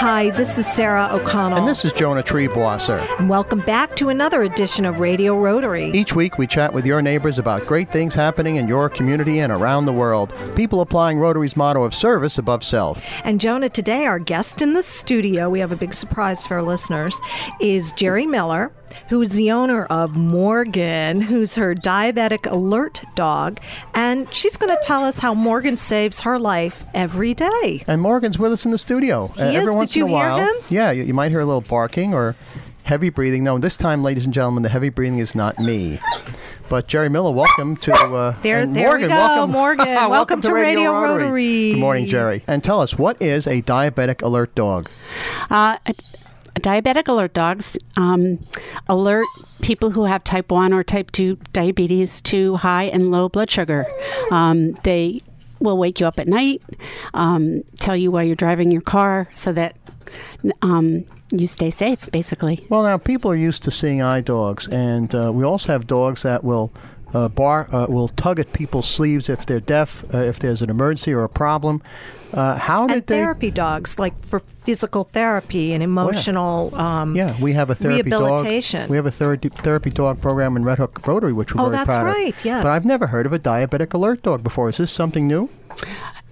Hi, this is Sarah O'Connell. And this is Jonah Treeblosser. And welcome back to another edition of Radio Rotary. Each week we chat with your neighbors about great things happening in your community and around the world. People applying Rotary's motto of service above self. And Jonah, today our guest in the studio, we have a big surprise for our listeners, is Jerry Miller, who is the owner of Morgan, who's her diabetic alert dog. And she's going to tell us how Morgan saves her life every day. And Morgan's with us in the studio. Uh, He is? Every Did once you in a hear while. him? Yeah, you, you might hear a little barking or heavy breathing. No, this time, ladies and gentlemen, the heavy breathing is not me. But Jerry Miller, welcome to uh, There- and there we Morgan. go, welcome, Morgan. welcome, Welcome to Radio Rotary. Good morning, Jerry. And tell us what is a diabetic alert dog? Uh, a- a diabetic alert dogs um, alert people who have type 1 or type 2 diabetes to high and low blood sugar. Um, they will wake you up at night, um, tell you while you're driving your car so that um, you stay safe, basically. Well, now people are used to seeing eye dogs, and uh, we also have dogs that will uh, bar uh, will tug at people's sleeves if they're deaf, uh, if there's an emergency or a problem. Uh, how did And they? therapy dogs, like for physical therapy and emotional. Um, Yeah, we have a therapy rehabilitation. dog. We have a therapy therapy dog program in Red Hook Rotary, which we're Oh, very that's proud right, of. yes. But I've never heard of a diabetic alert dog before. Is this something new?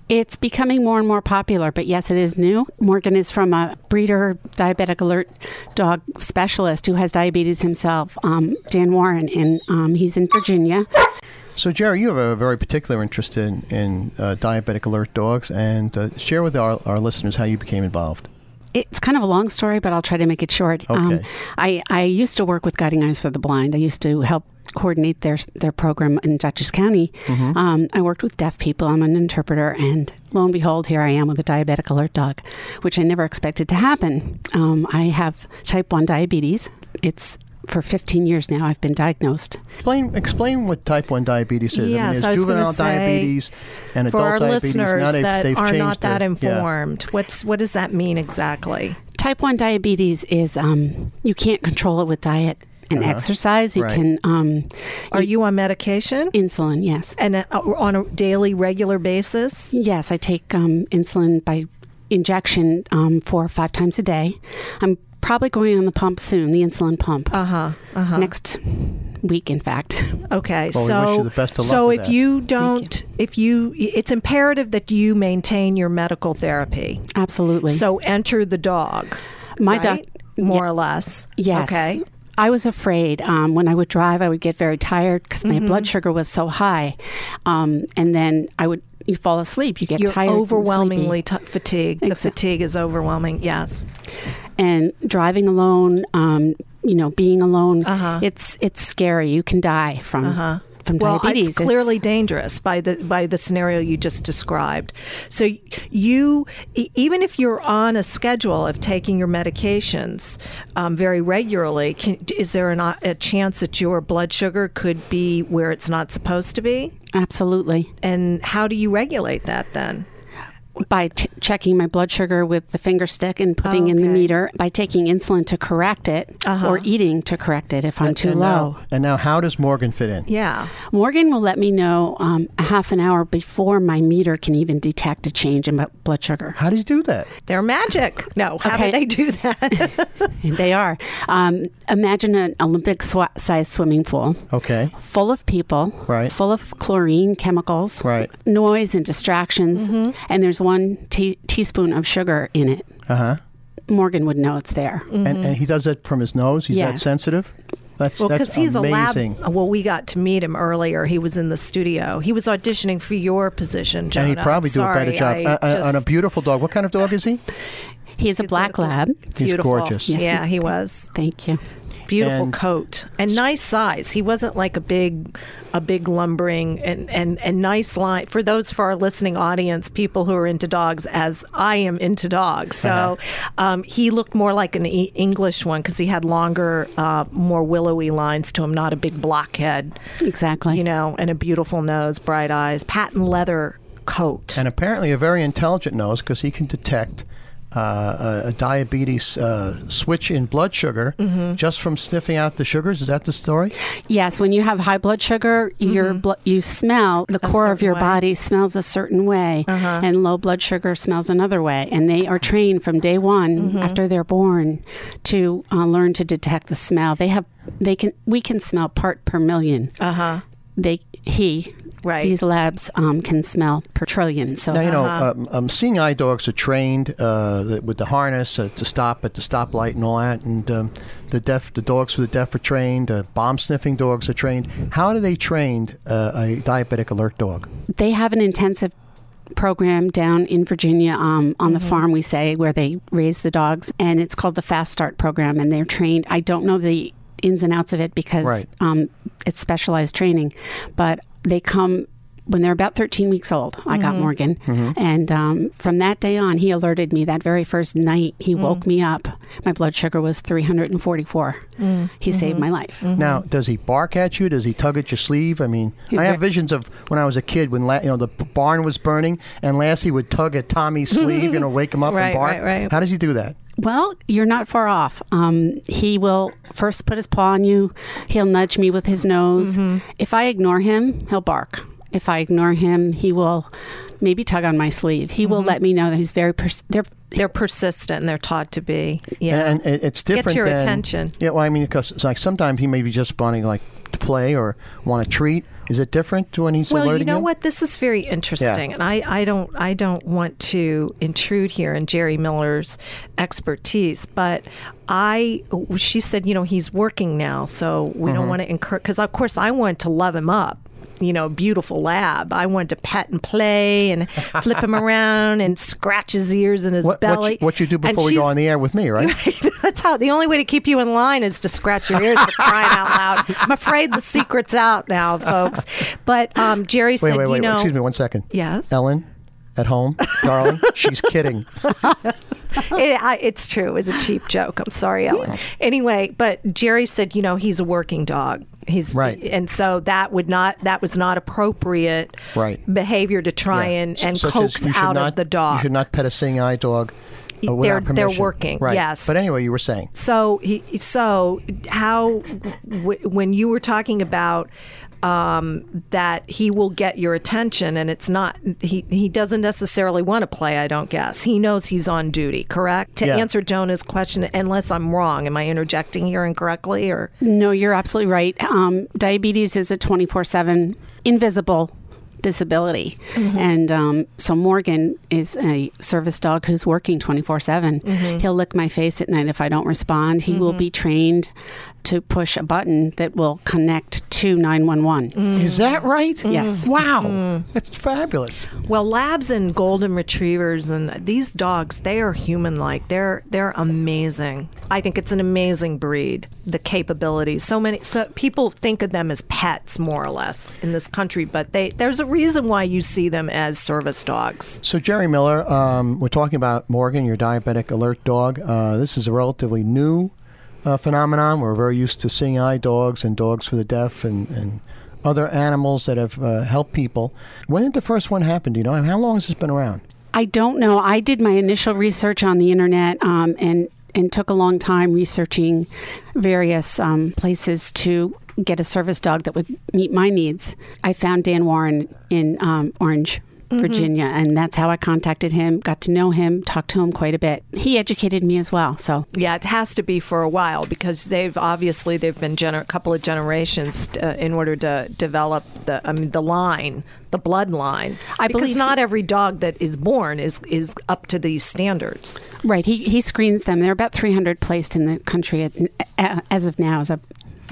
It's becoming more and more popular, but yes, it is new. Morgan is from a breeder diabetic alert dog specialist who has diabetes himself, um, Dan Warren, and um, he's in Virginia. So, Jerry, you have a very particular interest in in uh, diabetic alert dogs, and uh, share with our, our listeners how you became involved. It's kind of a long story, but I'll try to make it short. Um, Okay. I, I used to work with Guiding Eyes for the Blind. I used to help coordinate their their program in Dutchess County. Mm-hmm. Um, I worked with deaf people. I'm an interpreter, and lo and behold, here I am with a diabetic alert dog, which I never expected to happen. Um, I have type one diabetes. It's for 15 years now. I've been diagnosed. Explain explain what type one diabetes is. I mean, Yes, there's I was gonna juvenile say, diabetes and for adult our diabetes. listeners now they've, that they've are changed not that it. Yeah. informed, what's what does that mean exactly? Type 1 diabetes is um, you can't control it with diet and exercise. You Uh-huh. Right. can um, Are you on medication insulin, yes. and uh, on a daily, regular basis? Yes, I take um, insulin by injection um, four or five times a day. I'm probably going on the pump soon, the insulin pump. Uh huh. Uh huh. Next week, in fact. Okay. Well, we so wish you the best of luck so with if that. you don't, if you, it's imperative that you maintain your medical therapy. Absolutely. So enter the dog. my doc- right? more Ye- or less. Yes. Okay. I was afraid um, when I would drive, I would get very tired because my blood Mm-hmm. sugar was so high, um, and then I would you fall asleep. You get You're tired, and overwhelmingly sleepy. t- fatigued. The Exa- fatigue is overwhelming. Yes. and driving alone. Um, you know, being alone. Uh-huh. It's it's scary. You can die from from well, diabetes. it's clearly dangerous by the by the scenario you just described. So you, e- even if you're on a schedule of taking your medications um, very regularly, can, is there an, o- a chance that your blood sugar could be where it's not supposed to be? absolutely. And how do you regulate that then? by t- checking my blood sugar with the finger stick and putting in the Okay. Uh-huh. meter, by taking insulin to correct it, or eating to correct it if I'm too and low. Now, and now, how does Morgan fit in? Yeah. Morgan will let me know um, a half an hour before my meter can even detect a change in my blood sugar. How does he do that? They're magic. No, how Okay. do they do that? And they are. Um, imagine an Olympic sw- sized swimming pool. Okay. Full of people, Right. full of chlorine chemicals, Right. noise and distractions, and there's one tea teaspoon of sugar in it. Uh huh. Morgan would know it's there. And, and he does it from his nose. He's that Yes. sensitive. That's Mm-hmm. Well, that's because he's amazing. a lab. Well, we got to meet him earlier. He was in the studio. He was auditioning for your position, Jonah. and he'd probably do a better Sorry, job I Uh, uh, on a just- beautiful dog. What kind of dog is he? He's a black lab. He's beautiful. gorgeous. Yes, yeah, he- he was Thank you. beautiful And- coat and nice size. He wasn't like a big, a big lumbering and and and nice line for those for our listening audience, people who are into dogs, as I am into dogs. So Uh-huh. um, he looked more like an e- English one because he had longer, uh, more willowy lines to him, not a big blockhead. Exactly. you know, and a beautiful nose, bright eyes, patent leather coat. And apparently a very intelligent nose because he can detect uh, a, a diabetes uh, switch in blood sugar Mm-hmm. just from sniffing out the sugars. Is that the story? Yes, when you have high blood sugar, your blo- you smell the core of Mm-hmm. certain your way. Uh-huh. body smells a certain way, and low blood sugar smells another way. And they are trained from day one Mm-hmm. after they're born to uh, learn to detect the smell. They have they can we can smell part per 1000000 Uh huh. They he Right. these labs um, can smell per trillion. So Now, you know, Uh-huh. um, um, seeing eye dogs are trained uh, th- with the harness uh, to stop at the stoplight and all that, and um, the deaf, the dogs for the deaf are trained. Uh, bomb sniffing dogs are trained. How do they train uh, a diabetic alert dog? they have an intensive program down in Virginia um, on the farm, we say, where they raise the dogs, and it's called the Fast Start program, and they're trained. I don't know the ins and outs of it because Right. um, it's specialized training, but they come. When they're about 13 weeks old, I got Morgan. And um, from that day on, he alerted me that very first night. He woke me up. My blood sugar was 344. He saved my life. Mm-hmm. Now, does he bark at you? Does he tug at your sleeve? I mean, I have visions of when I was a kid when La- you know the b- barn was burning and Lassie would tug at Tommy's sleeve, you know, wake him up Right, and bark. right, right. How does he do that? Well, you're not far off. Um, he will first put his paw on you. He'll nudge me with his nose. If I ignore him, he'll bark. If I ignore him, he will maybe tug on my sleeve. He will let me know that he's very. Pers- they're, They're persistent and they're taught to be. Yeah. And, and it- it's different. your than- attention. Yeah, well, I mean, because it's like sometimes he may be just wanting like to play or want a treat. Is it different to when he's well, you alerting know what? This is very interesting, and I, I don't I don't want to intrude here in Jerry Miller's expertise, but I she said you know he's working now, so we Mm-hmm. don't want to incur because of course I wanted to love him up. You know, beautiful lab. I wanted to pet and play and flip him around and scratch his ears and his What, what, belly. you, what you do And before we go she's- on the air with me, right? That's how the only way to keep you in line is to scratch your ears for crying out loud. I'm afraid the secret's out now, folks. But um, Jerry Wait, said, wait, you wait, wait. know, Excuse me one second. Yes? Ellen, at home, darling, she's kidding. it, I, it's true. It was a cheap joke. I'm sorry, Ellen. Anyway, but Jerry said, you know, he's a working dog. He's Right. and so that would not that was not appropriate Right. behavior to try Yeah. and S- and such as coax you should out not- of the You dog. should not pet a seeing eye dog. Uh, without They're- they're permission. working, Right. yes. But anyway, you were saying. So he, so how w- when you were talking about um, that he will get your attention and it's not he he doesn't necessarily want to play. I don't guess he knows he's on duty. Correct to Yeah. answer Jonah's question. Unless I'm wrong, am I interjecting here incorrectly or no, you're absolutely right. Um, diabetes is a 24 7 invisible disability. And um, so Morgan is a service dog who's working 24 7. He'll lick my face at night if I don't respond. He will be trained to push a button that will connect to 911. Mm. Is that right? Yes. Wow. That's fabulous. Well, labs and golden retrievers and these dogs, they are human like. They're they're amazing. I think it's an amazing breed. The capabilities. So many so people think of them as pets more or less in this country, but they there's a reason why you see them as service dogs. So, Jerry Miller, um, we're talking about Morgan, your diabetic alert dog. Uh, this is a relatively new uh, phenomenon. We're very used to seeing eye dogs and dogs for the deaf and, and other animals that have uh, helped people. When did the first one happen? Do you know? And how long has this been around? I don't know. I did my initial research on the internet um, and and took a long time researching various um, places to get a service dog that would meet my needs. I found Dan Warren in um, Orange. Virginia, and that's how I contacted him, got to know him, talked to him quite a bit. He educated me as well. So, Yeah, it has to be for a while because they've obviously they've been gener- a couple of generations uh, in order to develop the I mean the line, the bloodline. I because believe- not every dog that is born is is up to these standards. right, he, he screens them. There are about 300 placed in the country at, a- as of now, as a,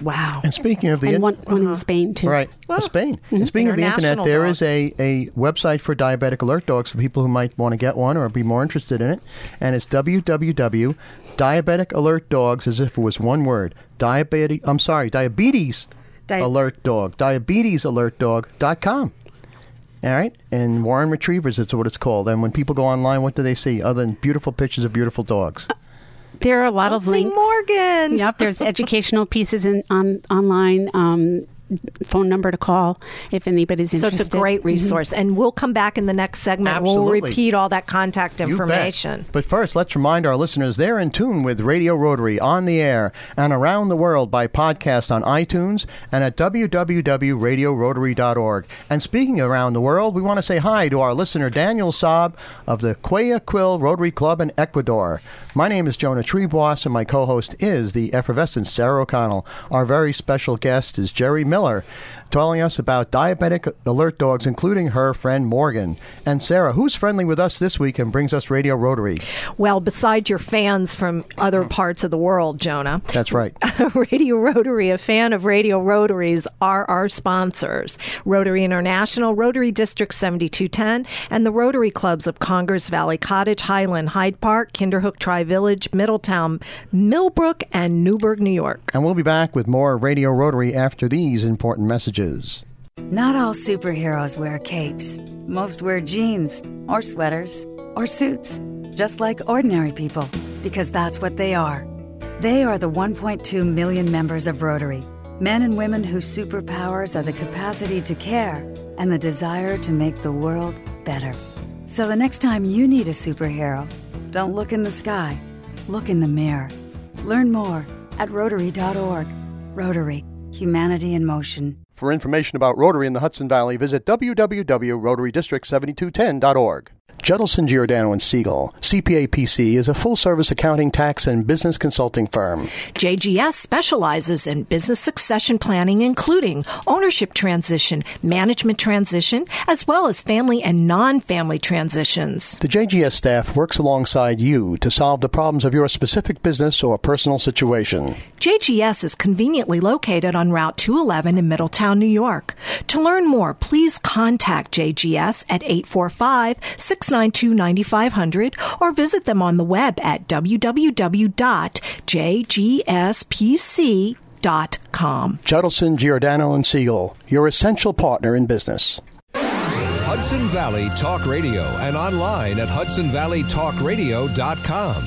Wow. And speaking of the and in- one, one in Spain, too. Right. Well, mm-hmm. Spain. And speaking of the internet, international there dog. is a, a website for diabetic alert dogs for people who might want to get one or be more interested in it. And it's www. Diabetic alert dogs, as if it was one word. Diabetic, I'm sorry, diabetes Di- alert dog. Diabetesalertdog.com. All right. And Warren Retrievers, it's what it's called. And when people go online, what do they see other than beautiful pictures of beautiful dogs? There are a lot of See links. Morgan. Yep, there's educational pieces in on online. Um, phone number to call if anybody's So interested. it's a great resource. And we'll come back in the next segment. We'll Mm-hmm. Absolutely. repeat all that contact You bet. information. But first, let's remind our listeners they're in tune with Radio Rotary on the air and around the world by podcast on iTunes and at www.radiorotary.org. And speaking around the world, we want to say hi to our listener Daniel Saab of the Guayaquil Rotary Club in Ecuador. My name is Jonah Treeboss, and my co host is the effervescent Sarah O'Connell. Our very special guest is Jerry Miller, telling us about diabetic alert dogs, including her friend Morgan. And Sarah, who's friendly with us this week and brings us Radio Rotary? Well, besides your fans from Mm-hmm. other parts of the world, Jonah, That's right. Radio Rotary, a fan of Radio Rotaries, are our sponsors Rotary International, Rotary District 7210, and the Rotary Clubs of Congress Valley Cottage, Highland, Hyde Park, Kinderhook Tri Village, Middletown, Millbrook, and Newburgh, New York. and we'll be back with more Radio Rotary after these important messages. Not all superheroes wear capes. Most wear jeans, or sweaters, or suits, just like ordinary people, because that's what they are. They are the 1.2 million members of Rotary, men and women whose superpowers are the capacity to care and the desire to make the world better. So the next time you need a superhero, don't look in the sky, look in the mirror. Learn more at Rotary.org. Rotary, humanity in motion. For information about Rotary in the Hudson Valley, visit www.rotarydistrict7210.org. Juddelson Giordano and Siegel, CPA PC, is a full service accounting, tax, and business consulting firm. JGS specializes in business succession planning, including ownership transition, management transition, as well as family and non family transitions. The JGS staff works alongside you to solve the problems of your specific business or personal situation. JGS is conveniently located on Route 211 in Middletown, New York. To learn more, please contact JGS at 845 692 9500 or visit them on the web at www.jgspc.com. Juddelson Giordano and Siegel, your essential partner in business. Hudson Valley Talk Radio and online at hudsonvalleytalkradio.com.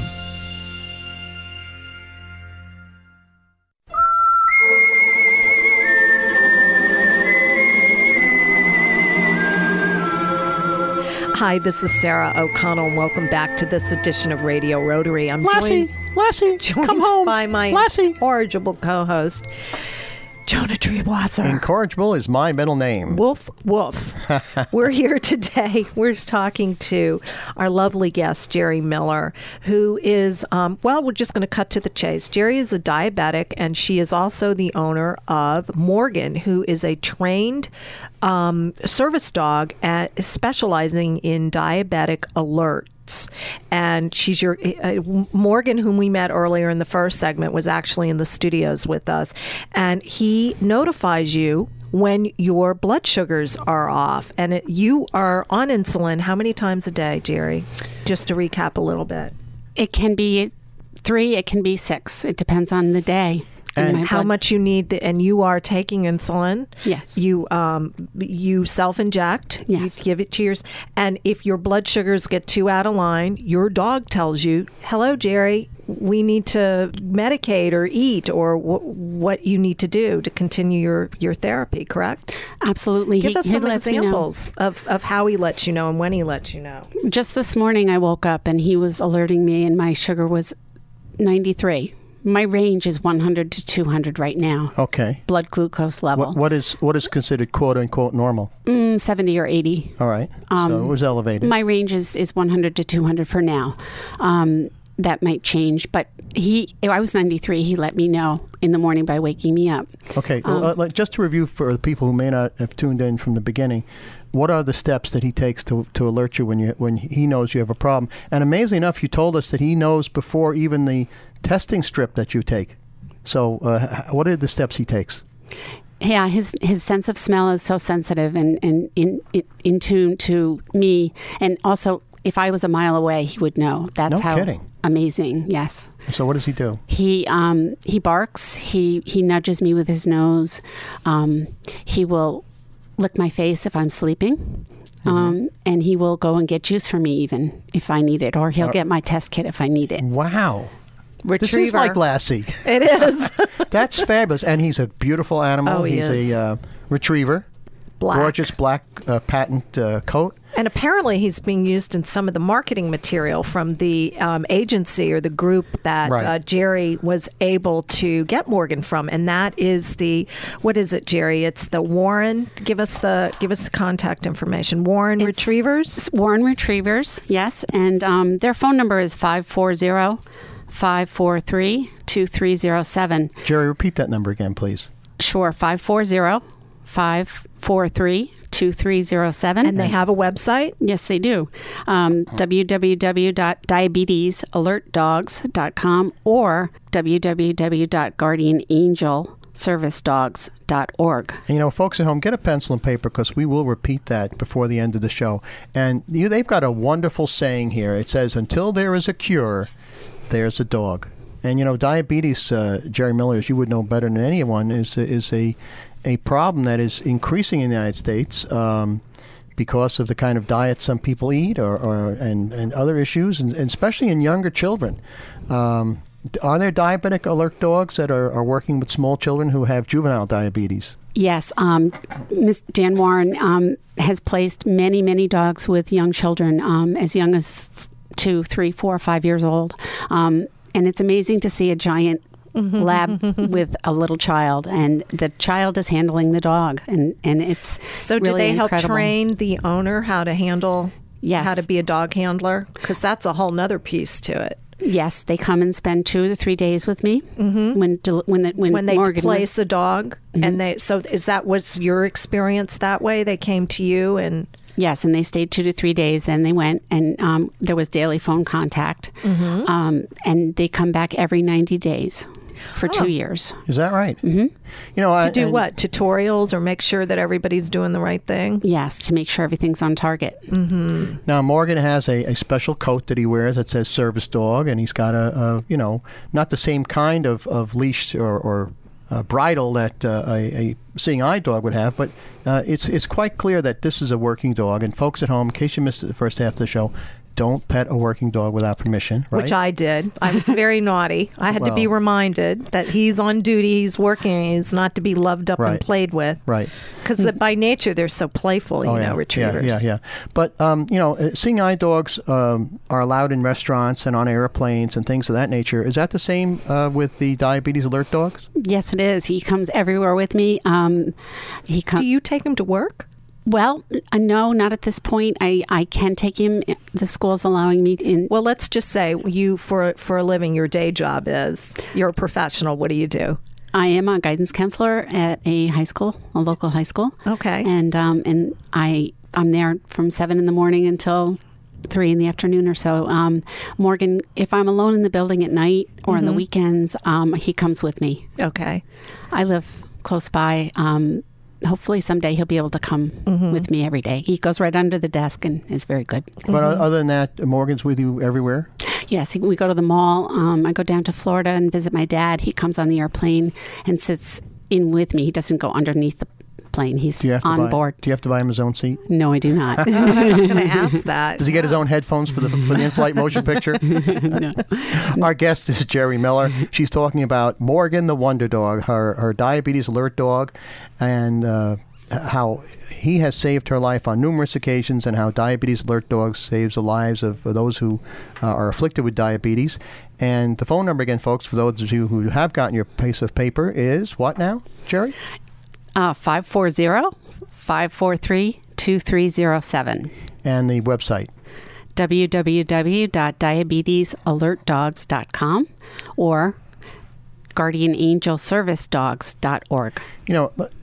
Hi, this is Sarah O'Connell, and welcome back to this edition of Radio Rotary. I'm Lassie, joined, Lassie, joined come home. by my Lassie. incorrigible co-host, Jonah Treewasser. Incorrigible is my middle name. Wolf, Wolf. We're here today. We're talking to our lovely guest, Jerry Miller, who is, um, well, we're just going to cut to the chase. Jerry is a diabetic, and she is also the owner of Morgan, who is a trained um, service dog at, specializing in diabetic alert. And she's your uh, Morgan, whom we met earlier in the first segment, was actually in the studios with us, and he notifies you when your blood sugars are off. And it, you are on insulin how many times a day, Jerry? Just to recap a little bit. It can be three, it can be six. It depends on the day. And my How blood- much you need, the, and you are taking insulin. Yes. You um, you self inject. Yes. You give it to yours, and if your blood sugars get too out of line, your dog tells you, "Hello, Jerry, we need to medicate or eat or wh- what you need to do to continue your your therapy." Correct. Absolutely. Give He- us he some lets me know. examples of, of how he lets you know and when he lets you know. Just this morning, I woke up and he was alerting me, and my sugar was 93. My range is 100 to 200 right now. Okay. Blood glucose level What, what is what is considered quote unquote normal? Mm, 70 or 80. All right. so it was elevated. My range is, is 100 to 200 for now. Um, that might change, but he I was 93. He let me know in the morning by waking me up. okay. Um, well, uh, like, just to review for the people who may not have tuned in from the beginning, what are the steps that he takes to, to alert you when you when he knows you have a problem? And amazing enough, you told us that he knows before even the testing strip that you take. So uh, h- what are the steps he takes? Yeah, his his sense of smell is so sensitive and and in in, in tune to me, and also if I was a mile away, he would know. That's No how kidding. amazing. Yes, So what does he do? he um, he barks. He he nudges me with his nose. Um, he will lick my face if I'm sleeping. Um, and he will go and get juice for me even if I need it, or he'll get my test kit if I need it. Wow. This retriever. is like Lassie. It is That's fabulous, and he's a beautiful animal. Oh, he he's is. a uh, retriever, black. gorgeous black uh, patent uh, coat. And apparently, he's being used in some of the marketing material from the um, agency or the group that Right. uh, Jerry was able to get Morgan from, and that is the what is it, Jerry? It's the Warren. Give us the give us the contact information. Warren It's- Retrievers. It's Warren Retrievers, yes. And um, their phone number is 540 543 2307. Jerry, repeat that number again, please. Sure, 540 543 2307. And they have a website. Yes, they do. Um, www.diabetesalertdogs.com or www.guardianangelservicedogs.org. And you know, folks at home, get a pencil and paper because we will repeat that before the end of the show. And you, they've got a wonderful saying here. It says, "Until there is a cure, there's a dog." And you know, diabetes, uh, Jerry Miller, as you would know better than anyone, is is a a problem that is increasing in the United States. Um, because of the kind of diet some people eat or, or and, and other issues, and, and especially in younger children. Um, d- are there diabetic alert dogs that are, are working with small children who have juvenile diabetes? Yes, um, Ms. Dan Warren um, has placed many, many dogs with young children um, as young as f- two, three, four, five years old. Um, and it's amazing to see a giant Mm-hmm. lab with a little child, and the child is handling the dog. And, and it's So, do really they help incredible. train the owner how to handle? Yes. How to be a dog handler? Because that's a whole nother piece to it. Yes, they come and spend two to three days with me when del- when the, when, Mm-hmm. when they Morgan was- Mm-hmm. place a dog and they so is that was your experience that way they came to you and Yes, and they stayed two to three days. Then they went, and um, there was daily phone contact. Mm-hmm. Um, and they come back every 90 days for Oh. two years. Is that right? Mm-hmm. You know, I, to do and what tutorials or make sure that everybody's doing the right thing Yes, to make sure everything's on target. Now Morgan has a, a special coat that he wears that says "Service Dog," and he's got a, a you know not the same kind of, of leash or, or uh, bridle that uh, a, a seeing eye dog would have, but uh, it's it's quite clear that this is a working dog. And folks at home, in case you missed it the first half of the show, don't pet a working dog without permission. Right? Which I did. I was very naughty. I had to be Well. reminded that he's on duty, he's working, he's not to be loved up Right. and played with. Right. Hmm. Because by nature, they're so playful, you know, retrievers. Oh, Yeah, yeah, yeah. But um, you know, uh, seeing eye dogs um, are allowed in restaurants and on airplanes and things of that nature. Is that the same uh, with the diabetes alert dogs? Yes, it is. He comes everywhere with me. Um, he comes. Do you take him to work? well, uh, no, not at this point. I, I can take him. The school's allowing me in. Well, let's just say you, for, for a living, your day job is you're a professional. What do you do? I am a guidance counselor at a high school, a local high school. Okay. And um, and I I'm there from seven in the morning until three in the afternoon or so. Um, Morgan, if I'm alone in the building at night or on the weekends, um, he comes with me. Okay. I live close by. Um, hopefully someday he'll be able to come with me every day. He goes right under the desk and is very good. But Mm-hmm. o- other than that, Morgan's with you everywhere. Yes, we go to the mall. Um, I go down to Florida and visit my dad. He comes on the airplane and sits in with me. He doesn't go underneath the plane. He's Do you have to on buy, board. Do you have to buy him his own seat? No, I do not. I was going to ask that. Does he get his own headphones for the for the in-flight motion picture? Our guest is Jerry Miller. She's talking about Morgan the Wonder Dog, her her diabetes alert dog, and uh, how he has saved her life on numerous occasions, and how diabetes alert dogs saves the lives of those who uh, are afflicted with diabetes. And the phone number again, folks, for those of you who have gotten your piece of paper, is what now, Jerry? Uh, 540-543-2307. And the website. www.diabetesalertdogs.com or guardianangelservicedogs.org. You know, let,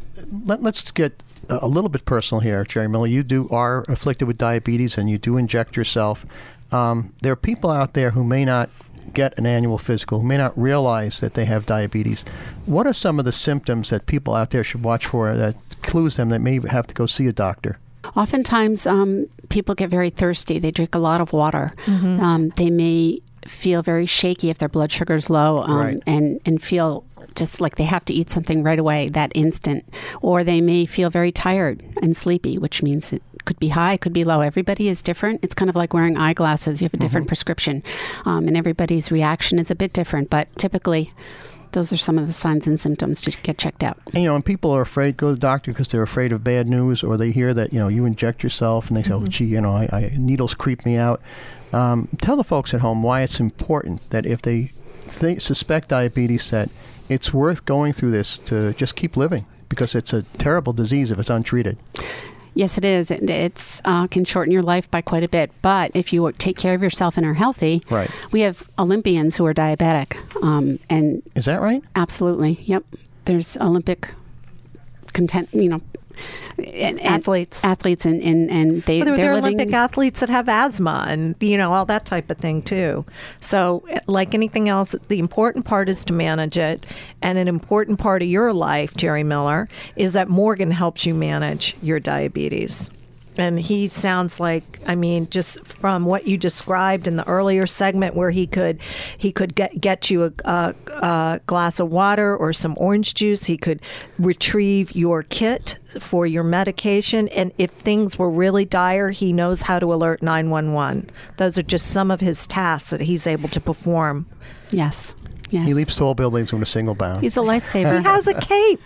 let, let's get a a little bit personal here, Jerry Miller. You do are afflicted with diabetes, and you do inject yourself. Um, there are people out there who may not get an annual physical, who may not realize that they have diabetes. What are some of the symptoms that people out there should watch for that clues them that may have to go see a doctor? Oftentimes, um, people get very thirsty. They drink a lot of water. Um, they may feel very shaky if their blood sugar's low um, Right. and, and feel just like they have to eat something right away, that instant. Or they may feel very tired and sleepy, which means it it could be high, it could be low. Everybody is different. It's kind of like wearing eyeglasses. You have a different prescription, um, and everybody's reaction is a bit different. But typically, those are some of the signs and symptoms to get checked out. And, you know, and people are afraid go to the doctor because they're afraid of bad news, or they hear that you know you inject yourself, and they say, Mm-hmm. "Oh, gee, you know, I, I needles creep me out." Um, tell the folks at home why it's important that if they think, suspect diabetes, that it's worth going through this to just keep living because it's a terrible disease if it's untreated. Yes, it is. It it's, uh, can shorten your life by quite a bit. But if you take care of yourself and are healthy, Right. we have Olympians who are diabetic. Um, and Is that right? absolutely, yep, there's Olympic content, you know, and, and Athletes. Athletes, and, and, and they, But there, there they're are living. Olympic athletes that have asthma and you know all that type of thing too. So, eh, like anything else, the important part is to manage it. And an important part of your life, Jerry Miller, is that Morgan helps you manage your diabetes. And he sounds like, I mean, just from what you described in the earlier segment, where he could, he could get get you a, a, a glass of water or some orange juice. He could retrieve your kit for your medication, and if things were really dire, he knows how to alert nine one one. Those are just some of his tasks that he's able to perform. yes. Yes. He leaps tall buildings with a single bound. He's a lifesaver. He has a cape.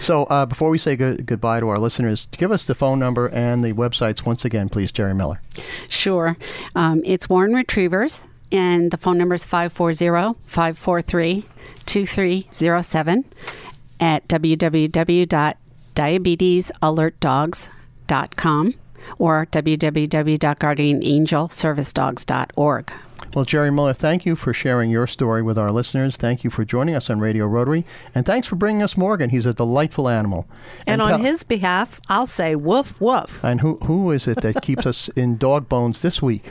so uh, before we say good- goodbye to our listeners, give us the phone number and the websites once again, please, Jerry Miller. Sure. Um, it's Warren Retrievers, and the phone number is 540 543 2307 at www.diabetesalertdogs.com or www.guardianangelservicedogs.org. Well, Jerry Miller, thank you for sharing your story with our listeners. Thank you for joining us on Radio Rotary. And thanks for bringing us Morgan. He's a delightful animal. And, on tell- his behalf, I'll say woof woof. And who, who is it that keeps us in dog bones this week?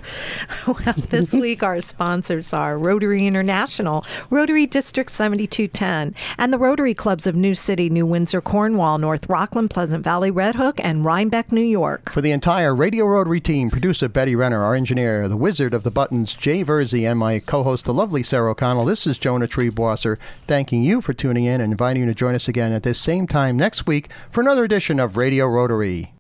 Well, this week our sponsors are Rotary International, Rotary District 7210, and the Rotary Clubs of New City, New Windsor, Cornwall, North Rockland, Pleasant Valley, Red Hook, and Rhinebeck, New York. For the entire Radio Rotary team, producer Betty Renner, our engineer, the wizard of the buttons, Jay Verzi, and my co host, the lovely Sarah O'Connell, this is Jonah Treebwasser, thanking you for tuning in and inviting you to join us again at this same time next week for another edition of Radio Rotary.